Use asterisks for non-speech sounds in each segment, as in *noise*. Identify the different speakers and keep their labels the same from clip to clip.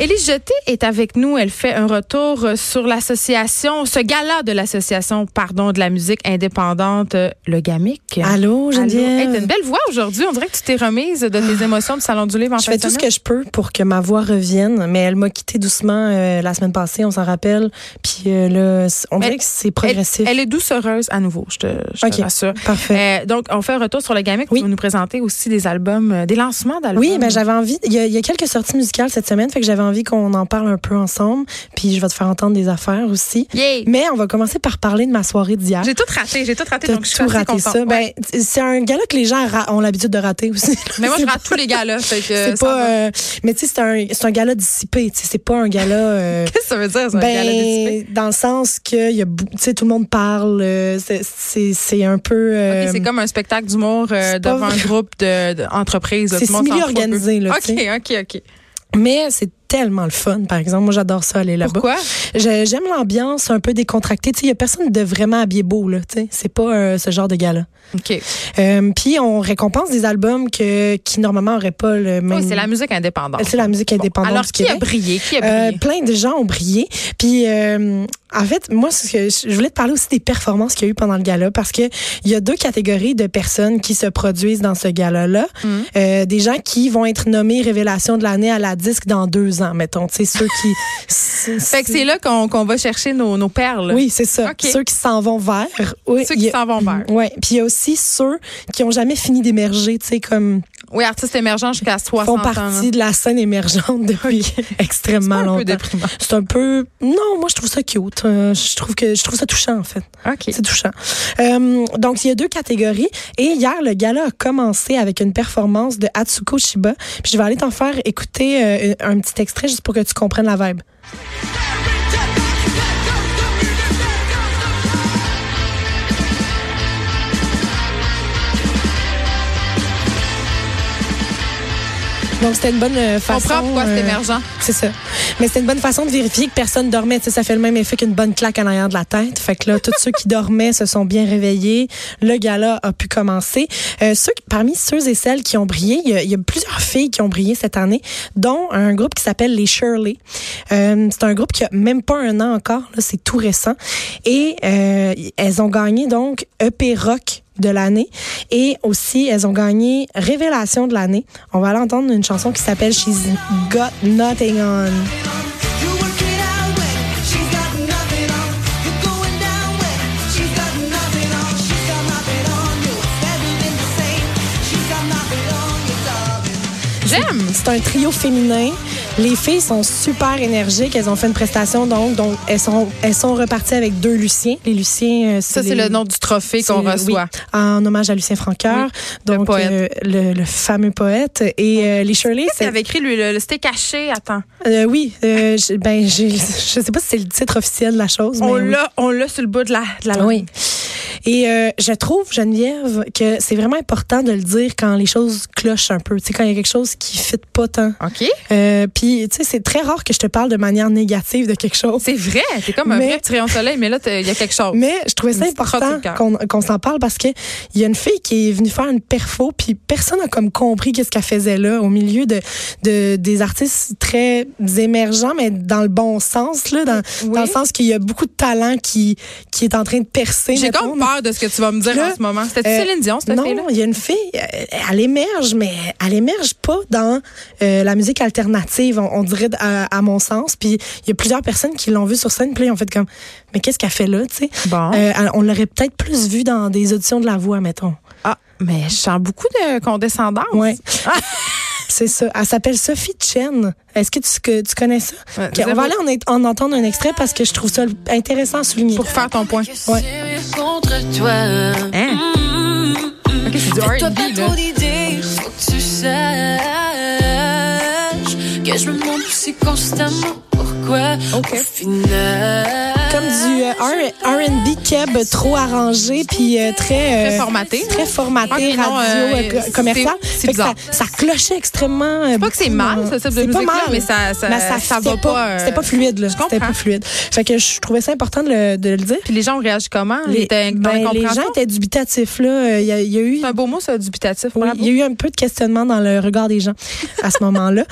Speaker 1: Élise Jeté est avec nous. Elle fait un retour euh, sur l'association, ce gala de l'association, pardon, de la musique indépendante, euh, le GAMIC.
Speaker 2: Allô, Geneviève.
Speaker 1: Hey, t'as une belle voix aujourd'hui. On dirait que tu t'es remise de tes émotions du Salon du Livre en
Speaker 2: Ah. Je fais tout ce que je peux pour que ma voix revienne, mais elle m'a quittée doucement euh, la semaine passée, on s'en rappelle. Puis euh, là, c- on
Speaker 1: Mais
Speaker 2: dirait que c'est
Speaker 1: elle,
Speaker 2: progressif.
Speaker 1: elle est doucereuse à nouveau, je te, je te
Speaker 2: Ok.
Speaker 1: rassure.
Speaker 2: Parfait.
Speaker 1: Euh, donc, on fait un retour sur le GAMIC.
Speaker 2: Oui.
Speaker 1: Tu vas nous présenter aussi des albums, euh, des lancements d'albums.
Speaker 2: oui, ben j'avais envie. Il y, a, il y a quelques sorties musicales cette semaine, fait que j'avais envie qu'on en parle un peu ensemble. Puis je vais te faire entendre des affaires aussi.
Speaker 1: Yeah.
Speaker 2: Mais on va commencer par parler de ma soirée d'hier.
Speaker 1: J'ai tout raté, j'ai tout raté.
Speaker 2: T'as
Speaker 1: donc je suis
Speaker 2: tout
Speaker 1: assez
Speaker 2: raté
Speaker 1: contente.
Speaker 2: ça.
Speaker 1: Ouais.
Speaker 2: Ben, t- c'est un gala que les gens ra- ont l'habitude de rater aussi.
Speaker 1: *laughs* Mais moi, je
Speaker 2: C'est
Speaker 1: rate tous les galas. Fait que
Speaker 2: *laughs* C'est
Speaker 1: ça va.
Speaker 2: pas. euh, mais tu sais, c'est un, c'est un gala dissipé. tu sais, C'est pas un
Speaker 1: *laughs*
Speaker 2: gala. euh,
Speaker 1: Qu'est-ce que ça veut dire, ça, un gala dissipé?
Speaker 2: Ben, dans le sens que il y a, bou- tu sais, tout le monde parle. euh, c'est- C'est c'est un peu. euh,
Speaker 1: Ok, c'est comme un spectacle d'humour euh,
Speaker 2: c'est pas
Speaker 1: devant un
Speaker 2: vrai.
Speaker 1: groupe de- d'entreprises. là,
Speaker 2: C'est
Speaker 1: tout le monde s'en fout un peu.
Speaker 2: semi-organisé, là, tu sais.
Speaker 1: OK, OK, OK.
Speaker 2: Mais c'est tellement le fun, par exemple. Moi, j'adore ça aller là-bas.
Speaker 1: Pourquoi?
Speaker 2: Je- J'aime l'ambiance un peu décontractée. Tu sais, il y a personne de vraiment habillé beau là. Tu sais, c'est pas euh, ce genre de gala.
Speaker 1: OK. Oui,
Speaker 2: Euh, Puis on récompense des albums que qui normalement auraient pas le même.
Speaker 1: Oh, c'est la musique indépendante.
Speaker 2: C'est la musique indépendante.
Speaker 1: Alors,
Speaker 2: du
Speaker 1: qui a
Speaker 2: Québec.
Speaker 1: brillé? Qui a
Speaker 2: Euh,
Speaker 1: brillé?
Speaker 2: plein de gens ont brillé. Puis, euh, en fait, moi, ce que je je voulais te parler aussi des performances qu'il y a eu pendant le gala parce que il y a deux catégories de personnes qui se produisent dans ce gala-là.
Speaker 1: Mm.
Speaker 2: Euh, des gens qui vont être nommés révélation de l'année à la disque dans deux ans, mettons. Tu sais, ceux
Speaker 1: *laughs*
Speaker 2: qui.
Speaker 1: fait que c'est là qu'on qu'on va chercher nos, nos perles.
Speaker 2: Oui, c'est ça.
Speaker 1: OK.
Speaker 2: Ceux qui s'en vont vers. Oui,
Speaker 1: Ceux qui
Speaker 2: il y a- Mm,
Speaker 1: s'en vont vers.
Speaker 2: Ouais. Puis il y a aussi ceux qui ont jamais fini d'émerger, tu sais, comme
Speaker 1: Oui, artistes émergents jusqu'à 60
Speaker 2: font
Speaker 1: ans. là.
Speaker 2: partie de la scène émergente depuis *laughs* extrêmement
Speaker 1: un peu
Speaker 2: longtemps.
Speaker 1: déprimant.
Speaker 2: C'est un peu non, moi je trouve ça cute. Euh, je trouve que je trouve ça touchant en fait.
Speaker 1: OK.
Speaker 2: C'est touchant. Euh, donc il y a deux catégories et hier le gala a commencé avec une performance de Atsuko Shiba. Puis je vais aller t'en faire écouter euh, un petit extrait juste pour que tu comprennes la vibe. Donc c'était une bonne euh,
Speaker 1: On
Speaker 2: façon.
Speaker 1: comprend pourquoi c'est
Speaker 2: euh,
Speaker 1: émergent.
Speaker 2: c'est ça. Mais c'est une bonne façon de vérifier que personne dormait. Tu sais, ça fait le même effet qu'une bonne claque en arrière de la tête. Fait que là, tous ceux qui dormaient se sont bien réveillés. Le gala a pu commencer. Euh, ceux, qui- parmi ceux et celles qui ont brillé, il y, a, il y a plusieurs filles qui ont brillé cette année, dont un groupe qui s'appelle les Shirley. Euh, c'est un groupe qui a même pas un an encore. Là, c'est tout récent. Et euh, elles ont gagné donc EP Rock de l'année et aussi elles ont gagné Révélation de l'année. On va aller entendre une chanson qui s'appelle She's Got Nothing On.
Speaker 3: You work it out when she's got nothing on. You're going down when she's got nothing on. She's got nothing on you. Everything the same. She's got nothing on you, darling.
Speaker 1: J'aime.
Speaker 2: C'est un trio féminin. Les filles sont super énergiques. Elles ont fait une prestation donc donc elles sont elles sont reparties avec deux Luciens. Les Luciens euh,
Speaker 1: Ça, c'est
Speaker 2: les-
Speaker 1: le nom du trophée qu'on
Speaker 2: c'est-
Speaker 1: reçoit.
Speaker 2: oui, en hommage à Lucien Francoeur, donc euh, le,
Speaker 1: poète.
Speaker 2: le, fameux poète et euh, les Shirley
Speaker 1: Qu'est-ce qu'il
Speaker 2: c'est
Speaker 1: avait écrit, lui, le, le C'était caché? Attends.
Speaker 2: euh, oui euh, j'ai- ben j'ai- je sais pas si c'est le titre officiel de la chose
Speaker 1: On
Speaker 2: mais oui.
Speaker 1: l'a on l'a sur le bout de la, de la langue.
Speaker 2: Oui. Et euh, je trouve, Geneviève, que c'est vraiment important de le dire quand les choses clochent un peu. Tu sais, quand il y a quelque chose qui fit pas tant.
Speaker 1: OK.
Speaker 2: Euh, Puis, tu sais, c'est très rare que je te parle de manière négative de quelque chose.
Speaker 1: C'est vrai. C'est comme un
Speaker 2: Mais-
Speaker 1: vrai petit rayon de soleil, mais là, t'as- il y a quelque chose.
Speaker 2: Mais je trouvais ça
Speaker 1: Une petite crotte sur
Speaker 2: important
Speaker 1: le cœur.
Speaker 2: qu'on qu'on s'en parle parce que il y a une fille qui est venue faire une perfo puis personne n'a comme compris qu'est-ce qu'elle faisait là au milieu de, de des artistes très émergents mais dans le bon sens là dans,
Speaker 1: Oui.
Speaker 2: dans le sens qu'il y a beaucoup de talent qui qui est en train de percer.
Speaker 1: J'ai
Speaker 2: mettons,
Speaker 1: comme peur de ce que tu vas me dire
Speaker 2: Là,
Speaker 1: en ce moment. C'était
Speaker 2: euh,
Speaker 1: Céline Dion, cette
Speaker 2: non,
Speaker 1: fille-là?
Speaker 2: il y a une fille, euh, elle émerge, mais elle émerge pas dans euh, la musique alternative, on, on dirait, à, à mon sens. Puis il y a plusieurs personnes qui l'ont vue sur scène, puis là, ils ont fait comme, mais qu'est-ce qu'elle fait là, tu sais?
Speaker 1: Bon.
Speaker 2: Euh, elle- on l'aurait peut-être plus vue dans des auditions de la voix, mettons.
Speaker 1: Ah, mais je sens beaucoup de condescendance. *laughs*
Speaker 2: Ouais. C'est ça. Elle s'appelle Sophie Chen. Est-ce que tu, que tu connais ça?
Speaker 1: Ouais,
Speaker 2: Ok,
Speaker 1: zéro.
Speaker 2: on va aller en, ent- en entendre un extrait parce que je trouve ça intéressant à souligner.
Speaker 1: Pour faire ton point.
Speaker 2: Ouais.
Speaker 4: contre toi.
Speaker 1: Hein? OK, c'est du
Speaker 4: Toi, pas
Speaker 1: R&B, là.
Speaker 4: trop d'idées, faut que tu saches que je me demande si constamment. Pourquoi?
Speaker 2: Ok.
Speaker 4: Au final.
Speaker 2: Comme du euh, R- R&B keb trop arrangé puis euh, très euh,
Speaker 1: Très formaté. hein?
Speaker 2: très formaté
Speaker 1: Ah, non, euh,
Speaker 2: radio euh,
Speaker 1: c'est-
Speaker 2: commercial.
Speaker 1: c'est
Speaker 2: Fait que ça,
Speaker 1: bizarre.
Speaker 2: ça clochait extrêmement. euh,
Speaker 1: pas que c'est mal, ce type de
Speaker 2: C'est pas
Speaker 1: musique-là,
Speaker 2: mal, Ben,
Speaker 1: mais ça- ça- ça
Speaker 2: fitait
Speaker 1: va pas, euh,
Speaker 2: C'était pas fluide là.
Speaker 1: je comprends.
Speaker 2: C'était pas fluide. Fait que je trouvais ça important de le, de le dire.
Speaker 1: Puis les gens ont réagi comment? Ils étaient dans
Speaker 2: ben,
Speaker 1: la
Speaker 2: les
Speaker 1: compréhension?
Speaker 2: gens étaient dubitatifs là. Euh, Il y, a- il y a eu
Speaker 1: C'est un beau mot, ça, dubitatif.
Speaker 2: oui,
Speaker 1: bravo.
Speaker 2: il y a eu un peu de questionnement dans le regard des gens à ce moment-là.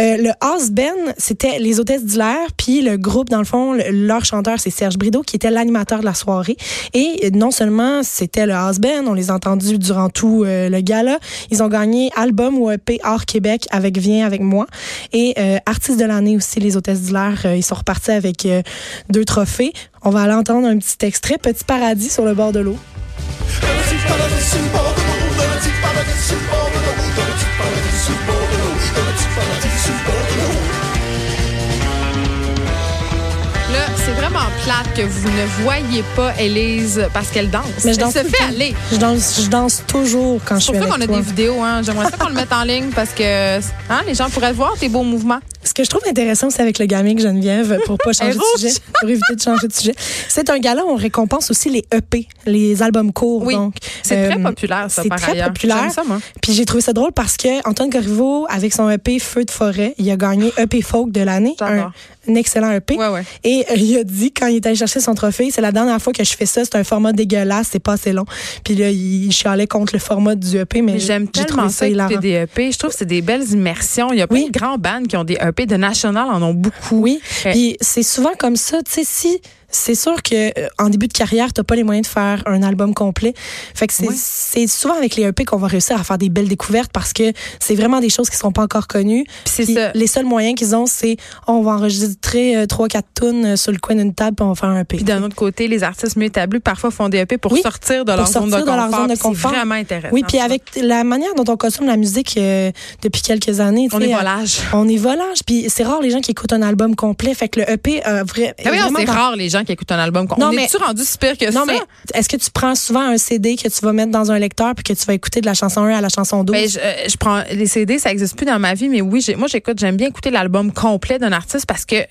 Speaker 2: Euh, le House Ben, c'était les hôtesses d'hilaire, puis le groupe, dans le fond, le- leur chanteur, c'est Serge Brideau, qui était l'animateur de la soirée. Et euh, non seulement c'était le House Ben, on les a entendus durant tout euh, le gala, ils ont gagné album ou EP hors Québec avec Viens avec moi. Et euh, artiste de l'année aussi, les hôtesses d'hilaire, euh, ils sont repartis avec euh, deux trophées. On va aller entendre un petit extrait, Petit paradis sur le bord de l'eau.
Speaker 1: Là, c'est vraiment plate que vous ne voyez pas Élise parce qu'elle danse.
Speaker 2: Mais je danse
Speaker 1: Elle se
Speaker 2: tout le
Speaker 1: fait
Speaker 2: temps.
Speaker 1: aller.
Speaker 2: Je danse, je danse toujours quand je
Speaker 1: C'est
Speaker 2: suis
Speaker 1: pour ça
Speaker 2: avec
Speaker 1: qu'on a
Speaker 2: toi.
Speaker 1: des vidéos. Hein. J'aimerais ça qu'on le mette en ligne parce que hein, les gens pourraient voir tes beaux mouvements.
Speaker 2: Ce que je trouve intéressant, c'est avec le gaming Geneviève, pour
Speaker 1: *laughs*
Speaker 2: pas changer
Speaker 1: Elle
Speaker 2: de
Speaker 1: rouge.
Speaker 2: sujet, pour éviter de changer de sujet. C'est un gala, où on récompense aussi les EP, les albums courts.
Speaker 1: Oui.
Speaker 2: donc.
Speaker 1: C'est
Speaker 2: Euh,
Speaker 1: très populaire, ça,
Speaker 2: c'est
Speaker 1: par
Speaker 2: très
Speaker 1: ailleurs.
Speaker 2: populaire.
Speaker 1: J'aime ça, moi.
Speaker 2: Puis j'ai trouvé ça drôle parce que Antoine Corriveau, avec son EP Feu de forêt, il a gagné EP folk de l'année,
Speaker 1: J'adore.
Speaker 2: un, un excellent EP.
Speaker 1: Ouais, ouais.
Speaker 2: Et euh, il a dit quand il est allé chercher son trophée, c'est la dernière fois que je fais ça, c'est un format dégueulasse, c'est pas assez long. Puis là, il chialait contre le format du EP, mais,
Speaker 1: Mais j'aime
Speaker 2: j'ai
Speaker 1: tellement
Speaker 2: trouvé
Speaker 1: ça
Speaker 2: ça
Speaker 1: écouter
Speaker 2: hilarant.
Speaker 1: des EP. Je trouve que c'est des belles immersions. Il y a plein
Speaker 2: Oui.
Speaker 1: de grands bands qui ont des EP. De National en ont beaucoup.
Speaker 2: Oui.
Speaker 1: Euh,
Speaker 2: Puis c'est souvent comme ça, tu sais, si c'est sûr que euh, en début de carrière, t'as pas les moyens de faire un album complet. Fait que c'est
Speaker 1: Ouais.
Speaker 2: c'est souvent avec les EP qu'on va réussir à faire des belles découvertes parce que c'est vraiment des choses qui sont pas encore connues.
Speaker 1: Puis c'est
Speaker 2: Puis
Speaker 1: ça.
Speaker 2: Les seuls moyens qu'ils ont, c'est on va enregistrer euh, trois quatre tunes euh, sur le coin d'une table puis on va faire un EP.
Speaker 1: Puis d'un autre côté, les artistes mieux établis parfois font des EP pour
Speaker 2: Oui,
Speaker 1: sortir de leur,
Speaker 2: pour sortir
Speaker 1: zone, de
Speaker 2: de leur
Speaker 1: confort,
Speaker 2: zone de
Speaker 1: puis
Speaker 2: confort.
Speaker 1: C'est vraiment intéressant.
Speaker 2: oui, puis
Speaker 1: ça.
Speaker 2: avec la manière dont on consomme la musique euh, depuis quelques années, tu
Speaker 1: On
Speaker 2: sais,
Speaker 1: est
Speaker 2: euh,
Speaker 1: volage.
Speaker 2: On est volage, puis c'est rare les gens qui écoutent un album complet. Fait que le EP a vrai,
Speaker 1: Ah oui, non,
Speaker 2: vraiment
Speaker 1: c'est
Speaker 2: dans-
Speaker 1: rare les gens qui écoutent un album.
Speaker 2: Non,
Speaker 1: on
Speaker 2: mais-
Speaker 1: est-tu rendu si pire que ça?
Speaker 2: Non, mais est-ce que tu prends souvent un CD que tu vas mettre dans un lecteur puis que tu vas écouter de la chanson 1 à la chanson 12?
Speaker 1: Ben, je, euh, je prends les CD, ça existe plus dans ma vie, mais oui, j'ai- moi j'écoute, j'aime bien écouter l'album complet d'un artiste parce que euh,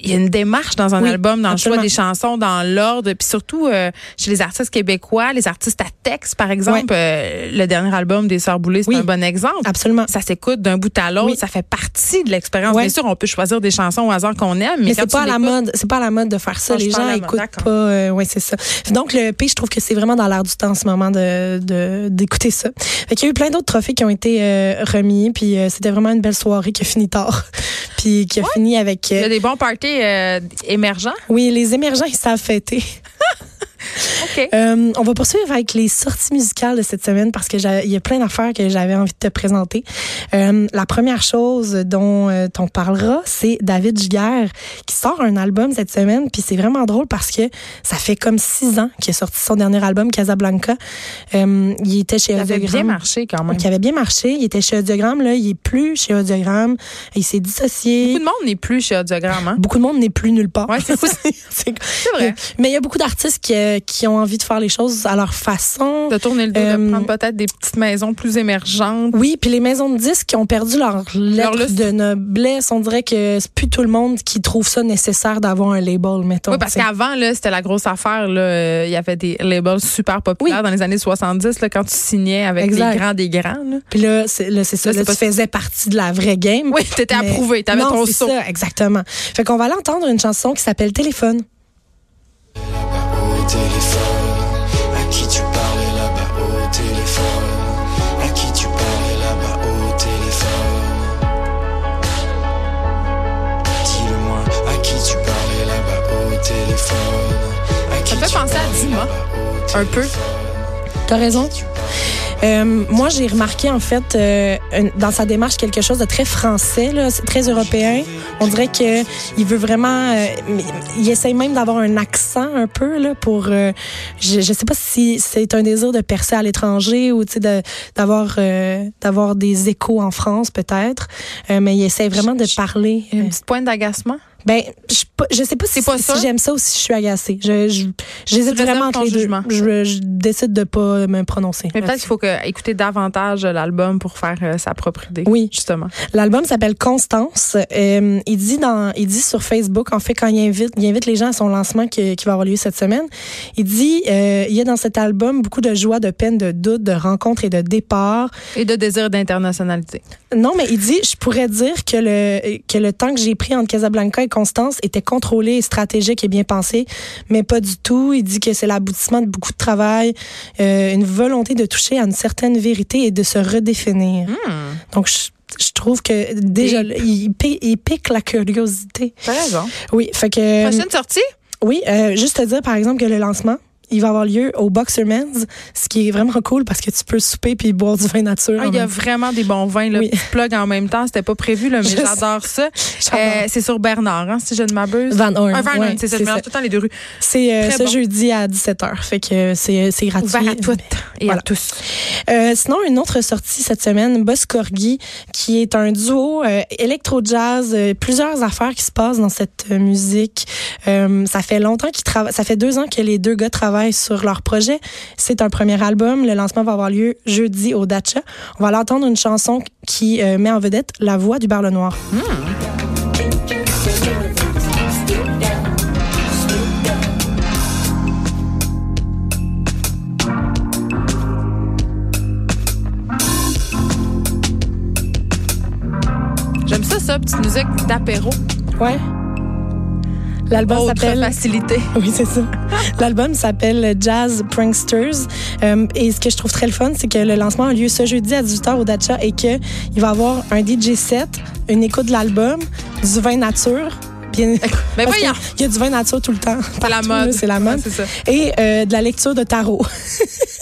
Speaker 1: il y a une démarche dans un
Speaker 2: Oui,
Speaker 1: album, dans
Speaker 2: absolument.
Speaker 1: le choix des chansons, dans l'ordre, puis surtout euh, chez les artistes québécois, les artistes à texte, par exemple, euh, le dernier album des Sœurs Boulay, c'est
Speaker 2: Oui.
Speaker 1: un bon exemple.
Speaker 2: Absolument.
Speaker 1: Ça s'écoute d'un bout à l'autre,
Speaker 2: Oui.
Speaker 1: ça fait partie de l'expérience.
Speaker 2: Ouais.
Speaker 1: Bien sûr, on peut choisir des chansons au hasard qu'on aime, mais,
Speaker 2: Mais
Speaker 1: quand
Speaker 2: c'est
Speaker 1: tu
Speaker 2: pas à la
Speaker 1: l'écoutes-
Speaker 2: mode, c'est pas à la mode de faire ça.
Speaker 1: Non,
Speaker 2: Les
Speaker 1: c'est pas à
Speaker 2: gens
Speaker 1: la mode,
Speaker 2: écoutent
Speaker 1: d'accord.
Speaker 2: pas. euh, ouais, c'est ça. Donc le EP, je trouve que c'est vraiment dans l'air du temps en ce moment de de- d'écouter ça. Fait qu'il y a eu plein d'autres trophées qui ont été euh, remis, puis euh, c'était vraiment une belle soirée qui a fini tard, *laughs* puis qui a fini avec.
Speaker 1: Il y a
Speaker 2: euh,
Speaker 1: des bons parties euh, émergents.
Speaker 2: oui, les émergents ils savent fêter.
Speaker 1: *laughs* OK.
Speaker 2: Euh, on va poursuivre avec les sorties musicales de cette semaine parce que j'a- il y a plein d'affaires que j'avais envie de te présenter. Euh, la première chose dont euh, on parlera, c'est David Giguère qui sort un album cette semaine. Puis c'est vraiment drôle parce que ça fait comme six ans qu'il a sorti son dernier album, Casablanca. Euh, il était chez
Speaker 1: Ça avait bien
Speaker 2: Audiogramme.
Speaker 1: marché quand même.
Speaker 2: Qui avait bien marché. Il était chez Audiogramme, là. Il est plus chez Audiogramme. Il s'est dissocié.
Speaker 1: Beaucoup de monde n'est plus chez Audiogramme. Hein?
Speaker 2: Beaucoup de monde n'est plus nulle part.
Speaker 1: Ouais, c'est ça.
Speaker 2: *laughs* C'est-
Speaker 1: C'est vrai.
Speaker 2: Mais il y a beaucoup d'artistes qui, euh, qui ont envie de faire les choses à leur façon.
Speaker 1: de tourner le dos,
Speaker 2: Euh,
Speaker 1: de prendre peut-être des petites maisons plus émergentes.
Speaker 2: Oui, puis les maisons de disques qui ont perdu leur lettre
Speaker 1: lustre.
Speaker 2: de noblesse, on dirait que c'est plus tout le monde qui trouve ça nécessaire d'avoir un label, mettons.
Speaker 1: Oui, parce
Speaker 2: t'sais.
Speaker 1: qu'avant, là, c'était la grosse affaire. Là. Euh, Il y avait des labels super populaires
Speaker 2: Oui.
Speaker 1: dans les années 70, là, quand tu signais avec
Speaker 2: Exact.
Speaker 1: les grands des grands. Là.
Speaker 2: Puis là, c'est là, c'est ça,
Speaker 1: Là,
Speaker 2: là,
Speaker 1: c'est
Speaker 2: tu faisais partie de la vraie game.
Speaker 1: Oui, t'étais
Speaker 2: Mais-
Speaker 1: approuvé, t'avais
Speaker 2: Non,
Speaker 1: ton
Speaker 2: c'est
Speaker 1: saut.
Speaker 2: ça, exactement. Fait qu'on va aller entendre une chanson qui s'appelle Téléphone.
Speaker 5: au téléphone À qui tu parles là-bas au téléphone À qui tu parles là-bas au téléphone Dis-le-moi, à qui tu parles là-bas au téléphone à qui
Speaker 1: fait
Speaker 5: tu
Speaker 1: penser à
Speaker 5: parlais
Speaker 1: Dumas,
Speaker 5: là-bas au
Speaker 1: un peu.
Speaker 5: téléphone
Speaker 2: T'as raison. Euh, moi, j'ai remarqué en fait euh, un- dans sa démarche quelque chose de très français, là, c'est très européen. On dirait que il veut vraiment, euh, mais- il essaye même d'avoir un accent un peu là pour. euh, je, je sais pas si c'est un désir de percer à l'étranger ou tu sais de- d'avoir euh, d'avoir des échos en France peut-être, Euh, mais il essaye vraiment de parler.
Speaker 1: Une petite pointe d'agacement.
Speaker 2: Ben, je, suis pas- je sais pas si,
Speaker 1: T'es pas
Speaker 2: si
Speaker 1: sûre?
Speaker 2: j'aime ça ou si je suis agacée. Je, je, j'hésite
Speaker 1: Tu réserves
Speaker 2: vraiment entre
Speaker 1: ton
Speaker 2: les deux.
Speaker 1: jugement.
Speaker 2: Je, je décide de pas me prononcer.
Speaker 1: Mais peut-être
Speaker 2: Merci.
Speaker 1: qu'il faut que- écouter davantage euh, l'album pour faire euh, sa propre idée.
Speaker 2: Oui.
Speaker 1: Justement.
Speaker 2: L'album s'appelle Constance. Euh, il dit dans, il dit sur Facebook, en fait, quand il invite, il invite les gens à son lancement qui, qui va avoir lieu cette semaine. Il dit, euh, il y a dans cet album beaucoup de joie, de peine, de doute, de rencontres et de départs.
Speaker 1: Et de désir d'internationalité.
Speaker 2: Non, mais il dit, je pourrais dire que le que le temps que j'ai pris entre Casablanca et Constance était contrôlé, et stratégique et bien pensé, mais pas du tout. Il dit que c'est l'aboutissement de beaucoup de travail, euh, une volonté de toucher à une certaine vérité et de se redéfinir.
Speaker 1: Hmm.
Speaker 2: Donc je je trouve que déjà, là, il, pi- il pique la curiosité.
Speaker 1: T'as raison.
Speaker 2: Oui, fait que...
Speaker 1: Prochaine sortie?
Speaker 2: Oui, euh, juste te dire, par exemple, que le lancement, il va avoir lieu au Boxerman's, ce qui est vraiment cool parce que tu peux souper puis boire du vin nature.
Speaker 1: Ah,
Speaker 2: en
Speaker 1: il y a
Speaker 2: même temps.
Speaker 1: vraiment des bons vins. Là,
Speaker 2: Oui.
Speaker 1: Petit plug en même temps. C'était pas prévu, là, mais
Speaker 2: Je
Speaker 1: j'adore ça.
Speaker 2: J'adore.
Speaker 1: Euh, c'est sur Bernard, hein, si je ne m'abuse.
Speaker 2: Van Horn.
Speaker 1: Ah, Van Horn,
Speaker 2: ouais,
Speaker 1: c'est ça. Je mélange tout le temps les deux rues.
Speaker 2: C'est euh,
Speaker 1: Très
Speaker 2: ce
Speaker 1: bon.
Speaker 2: jeudi à 17h. Fait que c'est c'est gratuit.
Speaker 1: Ouvert à toutes et
Speaker 2: Voilà.
Speaker 1: à tous.
Speaker 2: Euh, sinon, une autre sortie cette semaine, Boss Corgi, qui est un duo euh, électro-jazz. euh, plusieurs affaires qui se passent dans cette euh, musique. Euh, ça fait longtemps qu'ils travaillent. Ça fait deux ans que les deux gars travaillent sur leur projet. C'est un premier album. Le lancement va avoir lieu jeudi au Dacha. On va l'entendre une chanson qui euh, met en vedette la voix du Barle Noir.
Speaker 1: J'aime ça, ça, petite musique d'apéro.
Speaker 2: Ouais. L'album
Speaker 1: Autre
Speaker 2: s'appelle.
Speaker 1: facilité. *laughs*
Speaker 2: Oui, c'est ça. L'album s'appelle Jazz Pranksters. Euh, et ce que je trouve très le fun, c'est que le lancement a lieu ce jeudi à 18h au Dacha et que il va y avoir un DJ set, une écoute de l'album, du vin nature. Bien,
Speaker 1: Mais
Speaker 2: *laughs* parce
Speaker 1: Ben voyons.
Speaker 2: que Il y a du vin nature tout le temps.
Speaker 1: C'est la
Speaker 2: Partout, là,
Speaker 1: mode.
Speaker 2: C'est la mode.
Speaker 1: Ouais, c'est ça.
Speaker 2: Et euh, de la lecture de tarot.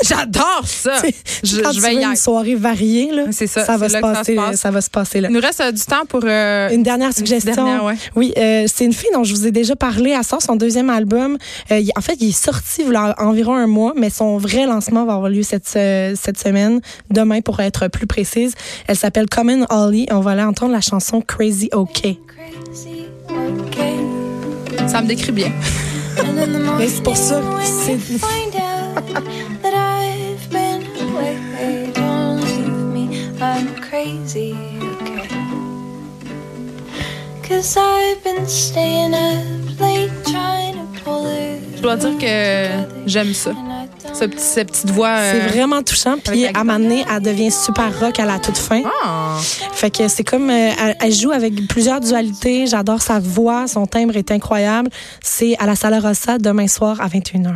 Speaker 1: J'adore ça. Ah, Je,
Speaker 2: Quand
Speaker 1: je
Speaker 2: *laughs* tu
Speaker 1: vais
Speaker 2: veux
Speaker 1: y
Speaker 2: une
Speaker 1: aller.
Speaker 2: soirée variée, là,
Speaker 1: C'est ça,
Speaker 2: va
Speaker 1: c'est là
Speaker 2: se
Speaker 1: que ça
Speaker 2: passer,
Speaker 1: se passe.
Speaker 2: ça va se passer là.
Speaker 1: Il nous reste euh, du temps pour. euh,
Speaker 2: Une dernière
Speaker 1: petite
Speaker 2: suggestion.
Speaker 1: dernière, ouais.
Speaker 2: Oui, euh, c'est une fille dont je vous ai déjà parlé. Elle sort son deuxième album. Euh, il- en fait, il est sorti il y a environ un mois, mais son vrai lancement va avoir lieu cette, se- cette semaine, demain pour être plus précise. Elle s'appelle Common Ollie. On va aller entendre la chanson Crazy OK.
Speaker 1: Ça me décrit bien.
Speaker 2: Mais c'est pour ça, c'est
Speaker 3: Cause I've been staying up late trying to pull it.
Speaker 1: Je dois dire que j'aime ça. Ce petit, cette petite voix. euh,
Speaker 2: c'est vraiment touchant. Puis
Speaker 1: la
Speaker 2: à un moment donné, elle devient super rock à la toute fin.
Speaker 1: Ah.
Speaker 2: Fait que c'est comme euh, elle, elle joue avec plusieurs dualités. J'adore sa voix, son timbre est incroyable. C'est à la Sala Rossa demain soir à 21h.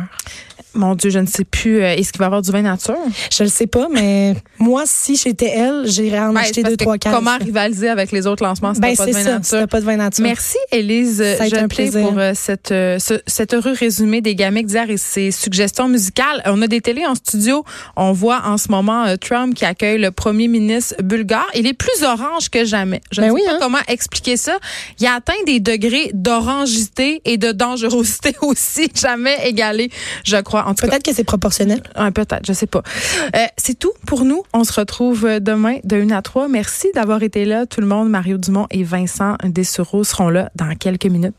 Speaker 1: Mon Dieu, je ne sais plus. euh, Est-ce qu'il va y avoir du vin nature?
Speaker 2: Je le sais pas, mais moi, si j'étais elle, j'irais en
Speaker 1: Ben, c'est
Speaker 2: acheter
Speaker 1: parce
Speaker 2: deux,
Speaker 1: que
Speaker 2: trois cases.
Speaker 1: Comment rivaliser avec les autres lancements si
Speaker 2: Ben,
Speaker 1: t'as pas
Speaker 2: c'est
Speaker 1: de vin
Speaker 2: ça.
Speaker 1: nature?
Speaker 2: C'était pas de vin nature.
Speaker 1: Merci, Élise
Speaker 2: Ça a été un
Speaker 1: Jeté,
Speaker 2: plaisir.
Speaker 1: pour euh, cette, euh, ce- cet heureux résumé des gamiques d'hier et ses suggestions musicales. On a des télés en studio. On voit en ce moment euh, Trump qui accueille le premier ministre bulgare. Il est plus orange que jamais. Je
Speaker 2: Ben
Speaker 1: ne sais
Speaker 2: oui,
Speaker 1: pas
Speaker 2: hein.
Speaker 1: comment expliquer ça. Il a atteint des degrés d'orangité et de dangerosité *laughs* aussi jamais égalés, je crois. En tout cas,
Speaker 2: Peut-être que c'est proportionnel.
Speaker 1: Ouais, peut-être, je sais pas. Euh, c'est tout pour nous. On se retrouve euh, demain de 1 à 3. Merci d'avoir été là, tout le monde. Mario Dumont et Vincent Dessureau seront là dans quelques minutes.